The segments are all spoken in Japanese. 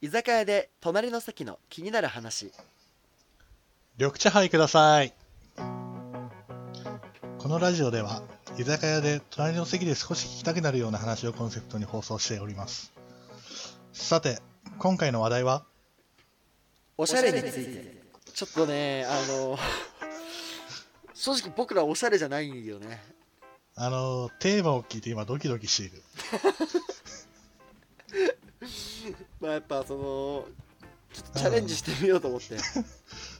居酒屋で隣の席の気になる話緑茶杯くださいこのラジオでは居酒屋で隣の席で少し聞きたくなるような話をコンセプトに放送しておりますさて今回の話題はおしゃれについてちょっとねあの 正直僕らおしゃれじゃないんよねあのテーマを聞いて今ドキドキしているまあやっぱそのちょっとチャレンジしてみようと思って、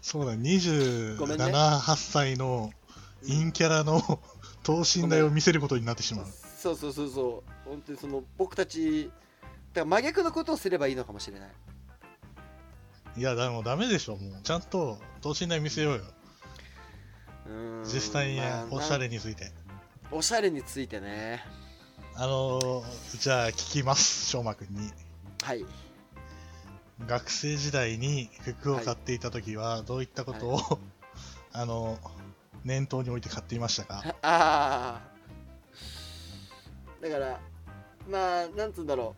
そうだごめん27、ね8歳の陰キャラの等身大を見せることになってしまうそうそうそうそう本当にその僕たちだから真逆のことをすればいいのかもしれないいやでもダメでしょもうちゃんと等身大見せようようーん実際にまあおしゃなれについておしゃれについてねあのじゃあ聞きます翔真君にはい学生時代に服を買っていた時はどういったことを、 あの念頭に置いて買っていましたかあ あーだからまあなんつうんだろ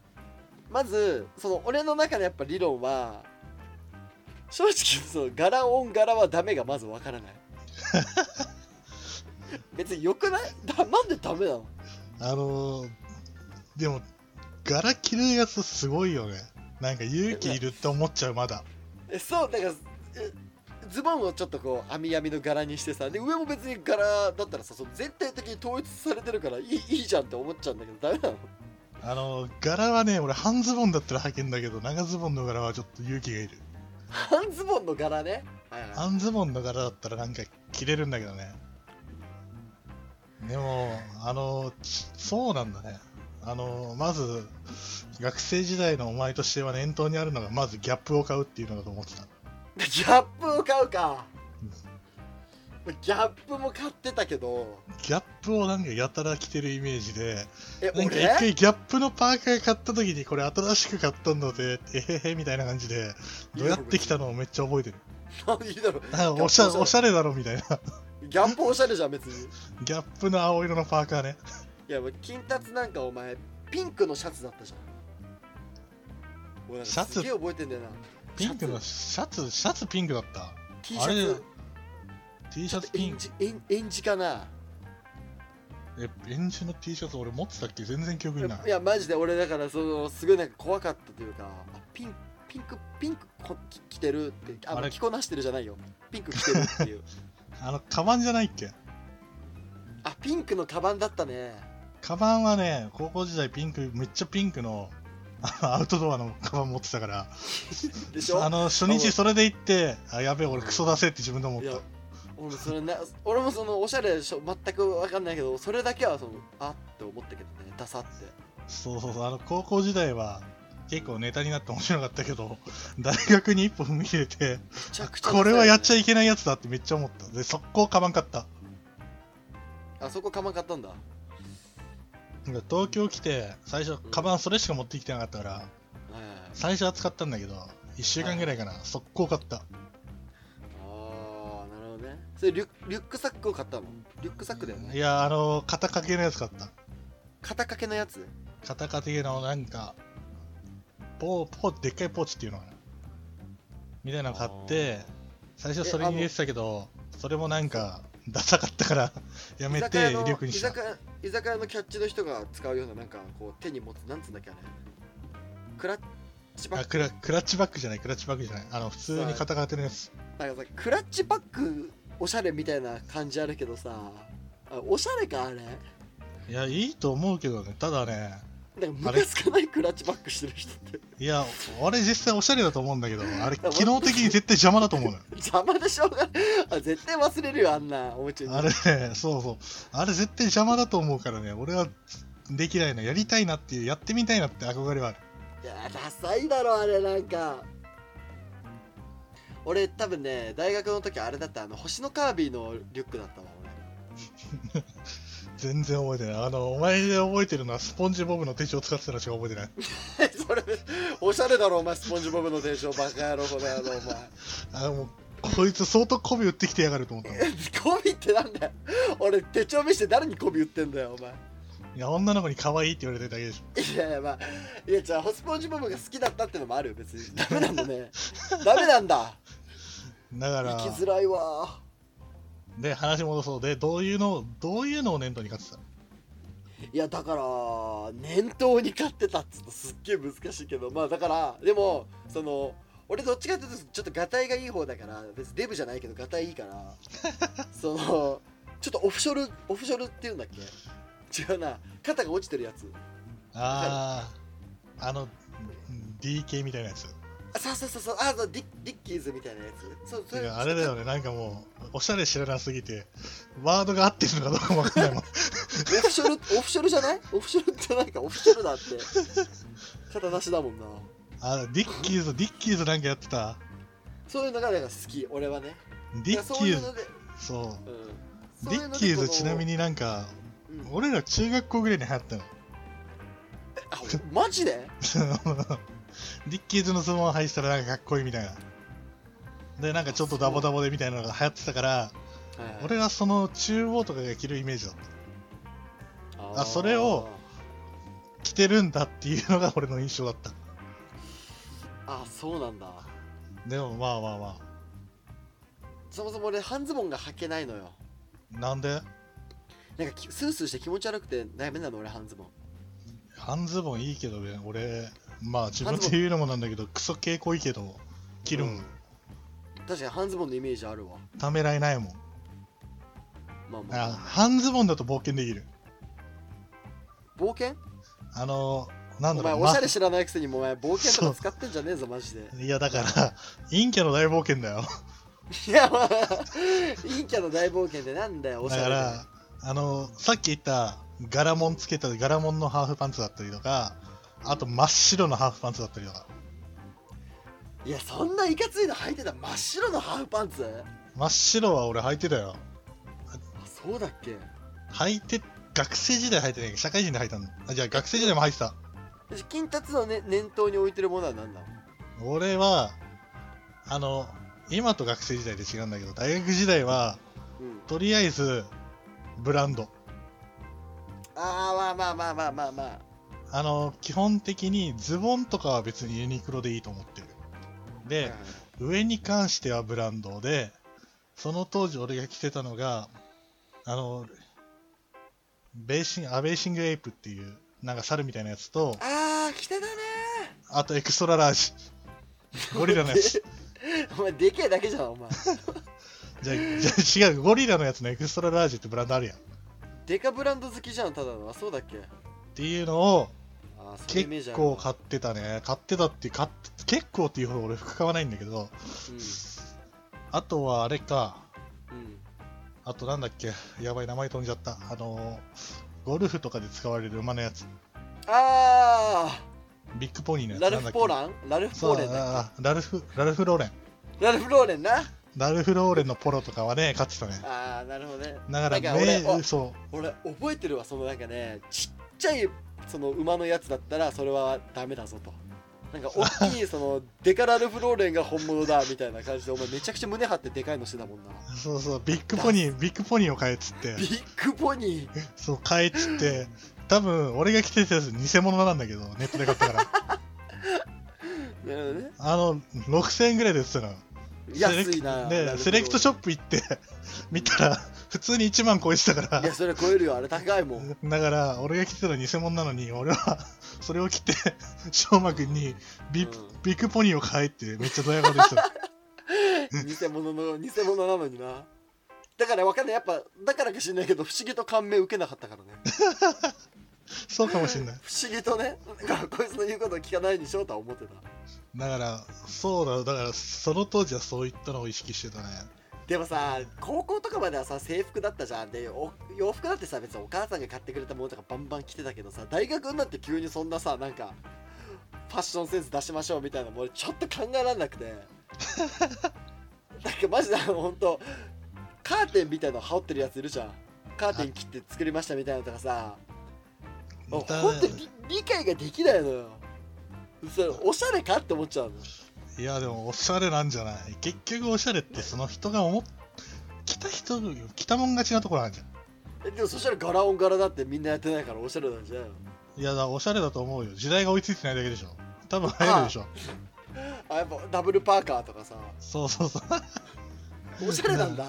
うまずその俺の中のやっぱ理論は正直その柄オン柄はダメがまずわからない別によくないだなんでダメなのあのでも柄着るやつすごいよねなんか勇気いるって思っちゃうまだえそうだからえズボンをちょっとこう網網の柄にしてさで上も別に柄だったらさその全体的に統一されてるからいいいいじゃんって思っちゃうんだけどダメなの あの柄はね俺半ズボンだったら履けんだけど長ズボンの柄はちょっと勇気がいる半ズボンの柄ね、はいはい半ズボンの柄だったらなんか着れるんだけどねでもあのちそうなんだねあのまず学生時代のお前としては念頭にあるのがまずギャップを買うっていうのだと思ってたギャップを買うかギャップも買ってたけどギャップをなんかやたら着てるイメージでえなんか一俺 回ギャップのパーカー買った時にこれ新しく買ったのでえへへみたいな感じでどうやってきたのをめっちゃ覚えてる何だろうあおしゃギャップおしゃれだろみたいなギャップおしゃれじゃん別にギャップの青色のパーカーねいやもう金達なんかお前ピンクのシャツだったじゃん俺なんかシャツすげえ覚えてんだよなピンクのシャツシャツピンクだった T シあれャツ T シャツえピんンクじえんえんじかなえベンジの T シャツ俺持ってたっけ全然記憶にないいやマジで俺だからそのすごいなんか怖かったというかあピンピンクピンクこき着てるってああのれ着こなしてるじゃないよピンク着てるって いうあのカバンじゃないっけあピンクのカバンだったねカバンはね高校時代ピンクめっちゃピンクのあのアウトドアのカバン持ってたからでしょあの初日それで行ってあやべえ俺クソ出せって自分で思っいやた俺もそれな俺もそのおしゃれしょ全く分かんないけどそれだけはそのあって思ったけどねダサってそうそうそうあの高校時代は結構ネタになって面白かったけど 大学に一歩踏み入れてめちゃくちゃこれはやっちゃいいけないやつだってめっちゃ思ったで速攻カバン買ったあそこカバン買ったんだはいなんか東京来て最初カバンそれしか持ってきてなかったからはいはい最初は使ったんだけど1週間ぐらいかな速攻買ったああなるほどねそれリュリュックサックを買ったのリュックサックだよいねやあの肩掛けのやつ買った肩掛けのやつ肩掛けのなんかポーポーでっかいポーチっていうのかなみたいなの買って最初それに入れてたけどそれもなんかダサかったから やめ居酒て屋の力にした居酒屋居酒屋のキャッチの人が使うようななんかこう手に持つなんつうんだっけあれクラッチバッあクラクラッチバッグじゃないクラッチバッグじゃないあの普通に肩掛けのやつグなんかさクラッチバッグおしゃれみたいな感じあるけどさあおしゃれかあれいやいいと思うけどねただねなんかムカつかないクラッチバックしてる人っていや俺実際おしゃれだと思うんだけどあれ機能的に絶対邪魔だと思うのよ邪魔でしょうがないあ絶対忘れるよあんなおもちゃにあれね、そうそう。あれ絶対邪魔だと思うからね、俺はできないの。やりたいなっていう、やってみたいなって憧れはある。いやダサいだろあれなんか俺多分ね大学の時あれだったあの星のカービィのリュックだったわ全然覚えてない。あの、お前で覚えてるのはスポンジボブの手帳使ってたのしか覚えてない。俺 それおしゃれだろお前スポンジボブの伝承バカ野郎この野郎お前 あの、もうこいつ相当媚び売ってきてやがると思ったもん。コビってなんだよ俺手帳見して誰にコビ売ってんだよお前いや、女の子に可愛いって言われてるだけでしょ。いやいやまあいやじゃあホスポンジボブが好きだったってのもあるよ別にダメなんだねダメなんだだか生きづら、らいわで、話戻そう。で、どういうのを、どういうのを念頭に勝ってたのいやだから念頭に勝ってたっつうとすっげえ難しいけどまあだからでもその俺どっちかっていうとちょっとガタイがいい方だから別にデブじゃないけどガタイいいから そのちょっとオフショルオフショルって言うんだっけ違うな肩が落ちてるやつああ、あの、DK みたいなやつ。あそうそうそうそうあそうディディッキーズみたいなやつそうそてかあれだよね、なんかもう、おしゃれ知らなすぎて、ワードが合ってるのかどうかもわかんないもオん。フショル、オフショルじゃないオフショルってないか、オフショルだって。肩なしだもんな。あ、ディッキーズ、ディッキーズなんかやってた。そういうのがなんか好き、俺はね。ディッキいやそういーうズの、で、そうう。ん。ディッキーズちなみに。になんか、うん俺ら中学校ぐらいに流行ったの。 あマジでディッキーズの相撲を履いてたらなんかかっこいいみたいな。で、なんかちょっとダボダボでみたいなのが流行ってたから、俺はその中央とかが着るイメージだった。あそれを。着てるんだっていうのが 俺の印象だった。あーあ、そうなんだ。でもまあまあまそもそも俺、半ズボンが履けないのよ。あ。なんでなんかき、スースーして気持ち悪くて、ダメなの、俺、半ズボン。半ズボンいいけどね、俺、まあ自分で言うのもなんだけど、クソ傾向いいけど、着るうんん、確かに半ズボンのイメージあるわ。ためらいないもん。まあまああ。半ズボンだと冒険できる。冒険あの、なんおだ前、ろおう、しゃれま知らないくせに、お前、冒険とか使ってんじゃねえぞ、マジで。いやだから、 陰キャの大冒険だよ。いやまあ陰キャの大冒険ってなんだよおしゃだかれら、あの、さっき言った、柄紋つけた、柄紋のハーフパンツだったりとか、あと真っ白のハーフパンツだったりとか、でいやそんないかついの履いてた真っ白のハーフパンツあ真っ白は俺履いてたよ。そうだっけ履いて、学生時代履いてないけど、社会人で履いたんだ。あ、じゃあ学生時代も履いてた。私金達の、ね、念頭に置いてるものは何だ俺は、あの、今と学生時代で違うんだけど、大学時代は、うんとりあえず、ブランド。あーまあまあまあまあまあまああの、基本的にズボンとかは別にユニクロでいいと思ってる。で、上に関してはブランドでその当時俺が着てたのがあのベーシングアベーシングエイプっていうなんか猿みたいなやつとあー着てたねあとエクストララージゴリラのやつお前でけえだけじゃんお前じゃあじゃあ違うゴリラのやつのエクストララージってブランドあるやんっデカブランド好きじゃんただのあそうだっけていうのをあーそういうイメージ結ある構買ってたね買ってたっていう買っ結構っていうほど俺服買わないんだけどあとはあれかうん、うん、あとなんだっけやばい名前飛んじゃったあのゴルフとかで使われる馬のやつあビッグポニーのやーラつルフ・ポーランラルフ・ポそーうレンだっあーラルフ、ラルフローレン。けラルフ・ローレンなラルフローレンのポロとかはね、勝ってたね。あーなるほどねだから、なんか俺名、そ俺覚えてるわそのなんかねちっちゃいその馬のやつだったらそれはダメだぞとなんか大 きいそのデカラルフローレンが本物だみたいな感じでお前めちゃくちゃ胸張ってでかいのしてたもんなう、そうそう、ビッグポニー、ビッグポニーを買えっつってビ、ッグポニーそう、買えっつって、多分、俺が着てたやつ偽物なんだけど、ネットで買ったから。 なるほ どねあの、6000円ぐらいで売ってたの。安いなで、セレクトショョップ行って、見たら、普通に1万超えてたかいやら。それ超えるよあれ高いもんだから、俺が着てたの偽物なのに、俺は、 それを着て、翔馬くんにビッグ、うんビッグポニーを買えって、めっちゃドヤ顔でした の。偽物の偽物なのになだからわかんないやっぱだからか知んないけど不思議と感銘受けなかったからねそうかもしれない。不思議とねなんかこいつの言うことを聞かないようにしようとは思ってただから、そうだ、だから、その当時はそういったのを意識してたね。でもさ高校とかまではさ制服だったじゃんでお洋服だってさ別にお母さんが買ってくれたものとかバンバン着てたけどさ大学になって急にそんなさなんかファッションセンス出しましょうみたいなもうちょっと考えられなく てなんかマジであのほんとカーテンみたいの羽織ってるやついるじゃんカーテン切って作りましたみたいなのとかさもういたほんと理理解ができないのよそれおしゃれかって思っちゃうのいや、でも、おしゃれなんじゃない結局、おしゃれって、その人が思っ、来た人、来たもん勝ちなところあるじゃん。えでもそしたら柄音柄だってみんなやってないからおしゃれなんじゃないのいやだおしゃれだと思うよ時代が追いついてないだけでしょ多分流行るでしょあやっぱダブルパーカーとかさそうそうそうおしゃれなんだ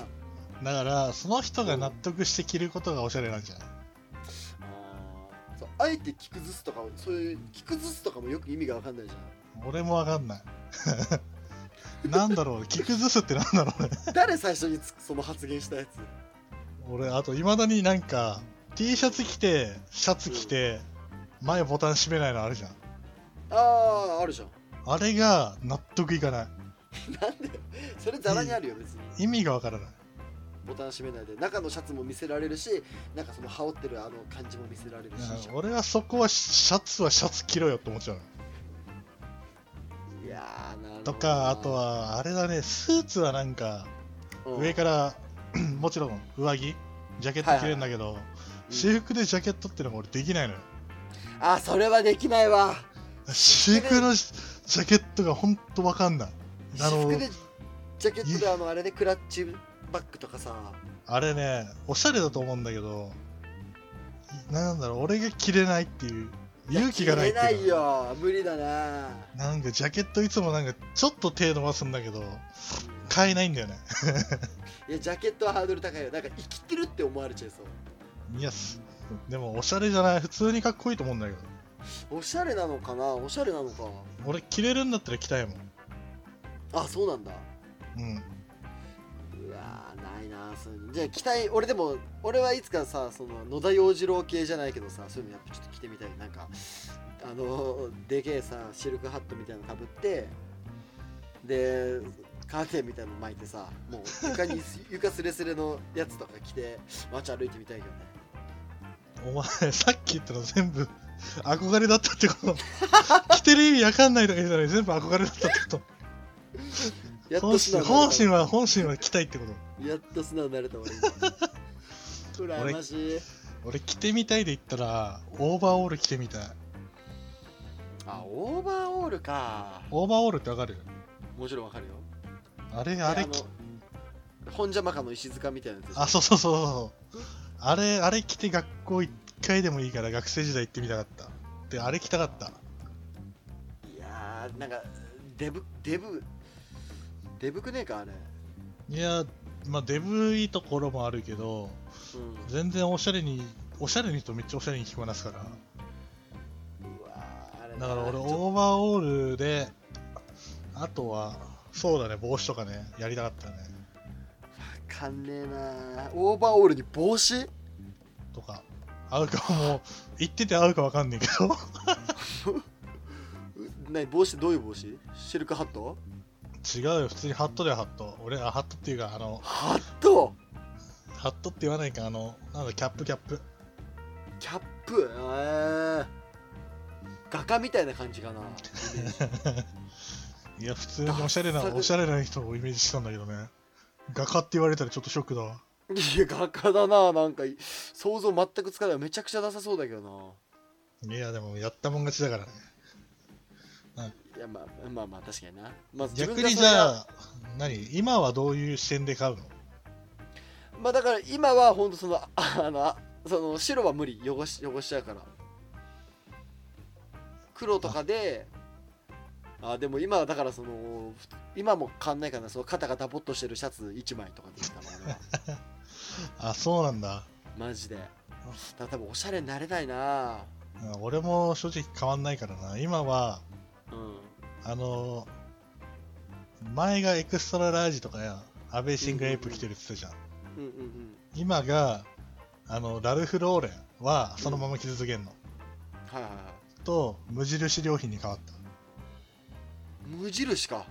だからその人が納得して着ることがおしゃれなんじゃないあーそうあえて着崩すとかそういう着崩すとかもよく意味が分かんないじゃ俺もわかんない なんだろう着崩すってなんだろうねん誰最初につその発言したやつ俺あといまだになんか T シャツ着てシャツ着て前ボタン閉めないのあるじゃんあああるじゃんあれが納得いかないなんでそれざらにあるよ別に意味がわからないボタン閉めないで中のシャツも見せられるしなんかその羽織ってるあの感じも見せられるしうん俺はそこはシャツはシャツ着ろよって思っちゃうのいやーなるほどとかあと、はあれだねスーツはなんかうん上から、 もちろん上着ジャケット着れるんだけうど、ん私服でジャケットってのが俺できないのよあそれはできないわ私服のジャケットがほんとわかんないあ私の服でジャケットであのあれでクラッチバッグとかさあれねおしゃれだと思うんだけどなんだろう俺が着れないっていう勇気がないってや着れないいうかよ無理だななんかジャケットいつもなんかちょっと手伸ばすんだけど買えないんだよねいやジャケットはハードル高いよなんか生きてるって思われちゃいそういやすでもおしゃれじゃない普通にかっこいいと思うんだけどおしゃれなのかなおしゃれなのか俺着れるんだったら着たいもんあそうなんだうんうわーないなそういうのじゃあ着たい俺でも俺はいつかさその野田洋次郎系じゃないけどさそういうのやっぱちょっと着てみたいなんかあのでけえさシルクハットみたいなのかぶってでカーテンみたいなの巻いてさもう床に床すれすれのやつとか着て街歩いてみたいけどねお前さっき言ったの全部憧れだったってこと着てる意味わかんないとか言ってたのに全部憧れだったってこやっと本と素心直になれ本心は本心は着たいってことたやっと素直になれた 俺今羨ましい俺着てみたいで言ったらオーバーオール着てみたいあオーバーオールかオーバーオールってわかるもちろんわかるよあれあれでの本邪魔かの石塚みたいなやつでしょあそうそうそうそうあれあれ着て学校一回でもいいから学生時代行ってみたかったであれ着たかったいやーなんかデブデブデブくねえかあれ、いやまあデブいいところもあるけどうん、全然おしゃれにおしゃれにとめっちゃおしゃれに着こなすからうわーあれなだから俺ちょオーバーオールであとはそうだね帽子とかねやりたかったねわかんねえなーオーバーオールに帽子とか合うかも言ってて合うかわかんないけど うなに帽子どういう帽子シルクハット違うよ普通にハットだよハット俺あハットっていうかあのハットハットって言わないかあのなんだキャップキャップキャップえー、画家みたいな感じかなイメージいや普通におしゃれなおしゃれな人をイメージしたんだけどね画家って言われたらちょっとショックだわいや画家だななんか想像全くつかないめちゃくちゃダサそうだけどないやでもやったもん勝ちだからねいやまあまあまあ確かにな、まあ、自分逆がにそじれがゃあ何今はどういう視点で買うのまあだから今は本当そのああのあその白は無理汚し汚しちゃうから黒とかであでも今はだからそのふ今も変わんないかなその肩がダボっとしてるシャツ1枚とかでいいかな俺は あそうなんだマジでただ多分おしゃれになれないなうん俺も正直変わんないからな今はうんあの前がエクストララージとかやアベーシングエイプ着てるって言ってたじゃんうんうん今があのラルフ・ローレンはそのまま着続けるの、うんはいはいはと無印良品に変わったい無印か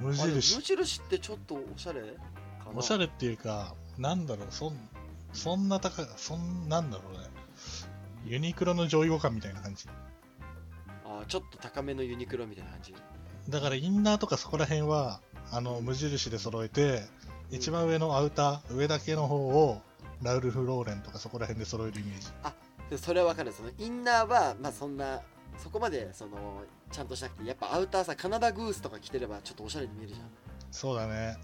無あれ無印印ってちょっとおしゃれかなおしゃれっていうかなんだろうそんそんな高いそんなんだろうねユニクロの上位互換みたいな感じあちょっと高めのユニクロみたいな感じだからインナーとかそこら辺はあの無印で揃えてうん一番上のアウター上だけの方をラウルフ・ローレンとかそこら辺で揃えるイメージでそれは分かるそのインナーはまあそんなそこまでそのちゃんとしなくてやっぱアウターさカナダグースとか着てればちょっとおしゃれに見えるじゃんそうだね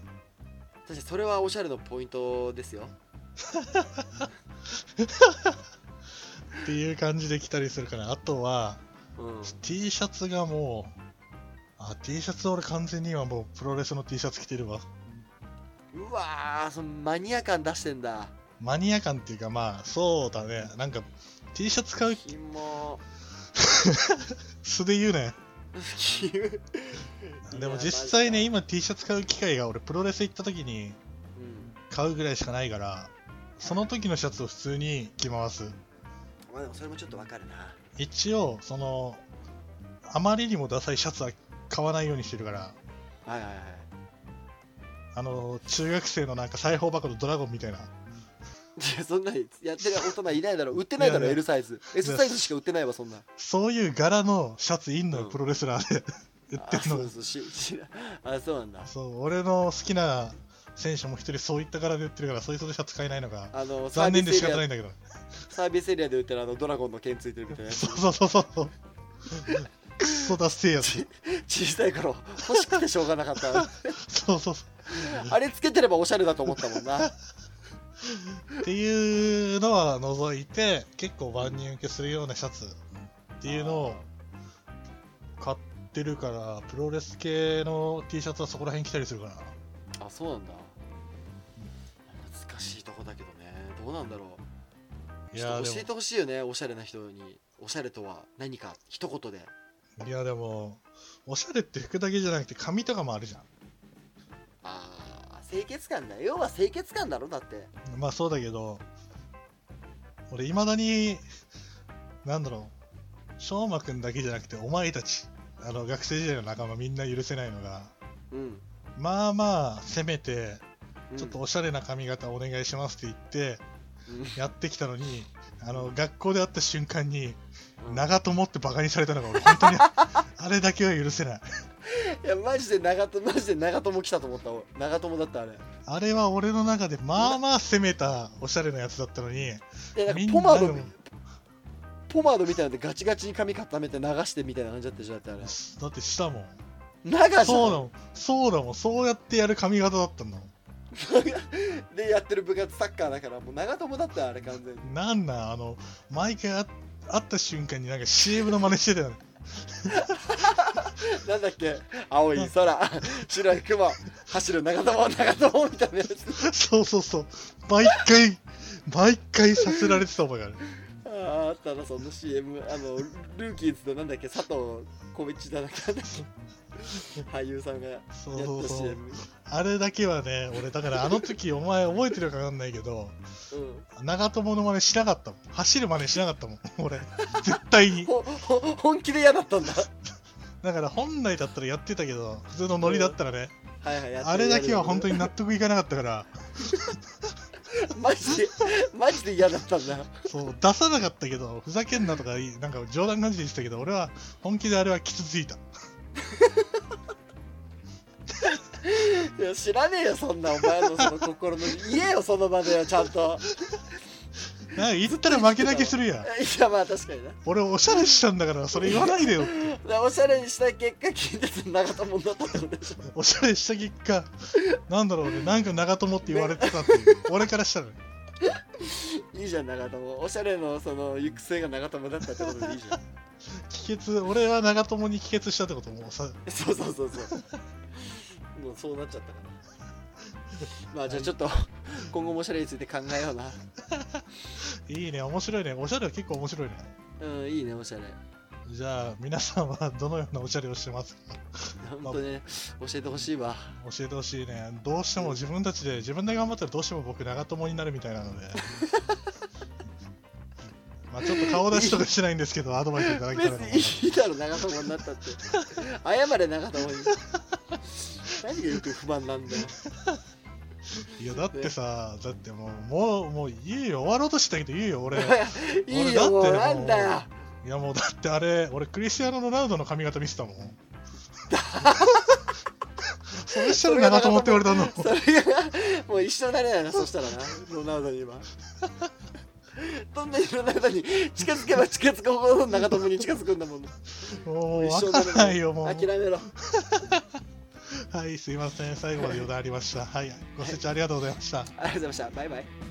確かにそれはおしゃれのポイントですよっていう感じで来たりするから、あとは、うん、 T シャツがもう、あ、T シャツ俺完全に今もうプロレスの T シャツ着てるわ。うわーそのマニア感出してんだマニア感っていうかまあ、そうだね。なんか、T シャツ買うキモ素で言うね。 キモでも実際ね、いや今 T シャツ買う機会が俺プロレス行った時に買うぐらいしかないから、その時のシャツを普通に着回す。マジかうんまあでもそれもちょっとわかるな一応、その、あまりにもダサいシャツは買わないようにしてるから、はいはいはいあの、中学生のなんか裁縫箱のドラゴンみたいな。いやそんなにやってる大人いないだろ売ってないだいろやいや L サイズ S サイズしか売ってないわそんなそういう柄のシャツいんのよ、うんプロレスラー で売っあてるのそがうそうし しあそうなんだそう俺の好きな選手も一人そういった柄で売ってるからそいつのシャツ買えないのがあの残念で仕サービスエリア方ないんだけどサービスエリアで売ってるあのドラゴンの剣ついてるみたいなやつそうそうそ うそうクソダッセーやつ小さい頃欲しくてしょうがなか ったそうそうそあれつけてればおしゃれだと思ったもんなうっていうのは除いて結構万人受けするようなシャツっていうのを買ってるからプロレス系の T シャツはそこら辺着たりするからあそうなんだ難しいとこだけどねどうなんだろういちやょーっと教えでてほしいよねおしゃれな人におしゃれとは何か一言でもいやでもおしゃれって服だけじゃなくて髪とかもあるじゃんああ清潔感だよ要は清潔感だろだってまあそうだけど、俺、いまだに、なんだろう、翔馬くんだけじゃなくて、お前たち、あの学生時代の仲間、みんな許せないのが、うんまあまあ、せめて、うんちょっとおしゃれな髪型お願いしますって言って、やってきたのに、あの学校で会った瞬間に、うん長友ってバカにされたのが、俺、本当に、あれだけは許せない。いやマジで長友マジで長友来たと思った俺長友だったあれあれは俺の中で、まあまあ攻めたおしゃれなやつだったのに、いやなんみかんポマなーでドも。ポマードみたいなのでガチガチに髪固めて流してみたいな感じだったじゃんだってあれだってしたもん長じゃんそうだもん、そうだもん、そうやってやる髪型だったんだもでやってる部活サッカーだからもう長友だったよあれ完 全にん。なんなん、あの、毎回あ会った瞬間になんか CM の真似してたよね。 なんだっけ青い空 白い雲走る長友長友みたいなやつそうそうそう。毎回、毎回させられてた覚えがある。あーあったなその CM あのルーキーズとなんだっけ佐藤浩市だななんだっけ俳優さんがやっそうそうたそう。 CM あれだけはね、俺、だからあの時、お前覚えてるかわかんないけど、う長友の真似しなかったもん。走る真似しなかったもん、俺。絶対にん。ほほ本気で嫌だったんだだから本来だったらやってたけど、普通のノリだったらね、はいはいやってるあれだけは本当やに納得いかなかったかっら。て るマジでマジで嫌だったんだそう出さなかったけどふざけんなとかいなんか冗談感じで言ってたけど俺は本気であれは傷ついたいや知らねえよそんなお前のその心の言えよその場でよちゃんとなんか言ったら負けだけするやいんやまあ確かにな俺おしゃれしたんだからそれ言わないでよでおしゃれにした結果近日長友になったってことでしょおしゃれした結果なんだろうねなんか長友って言われてたっていう俺からしたらねいいじゃん長友おしゃれのその行く末が長友だったってことでいいじゃん帰結俺は長友に帰結したってこともうさそうそうそうそうもうそうなっちゃったからまあじゃあちょっと今後もおしゃれについて考えようないいね面白いねおしゃれは結構面白いねうんいいねおしゃれじゃあ皆さんはどのようなおしゃれをしてますか本当ね教えてほしいわ教えてほしいねどうしても自分たちで自分で頑張ったらどうしても僕長友になるみたい なのでまあちょっと顔出しとかしないんですけどアドバイスいただけ別たらなにいいだろ長友になったって謝れ長友に何がよく不満なんだよいやだってさだってもうもうもういいよ終わろうとしてたけどいいよ い俺いだってよもうもうなんだよいやもうだってあれ俺クリスティアーノ・ロナウドの髪型見 せたもんそれしたら長友って言われたのそれがもう一緒になれ ないなそしたらなロナウドに今どんなにロナウドに近づけば近づくほど長友に近づくんだもんなもう一緒に分かなれんないよもう諦めろはいすいません最後まで余談ありましたはいご清聴ありがとうございましたありがとうございましたバイバイ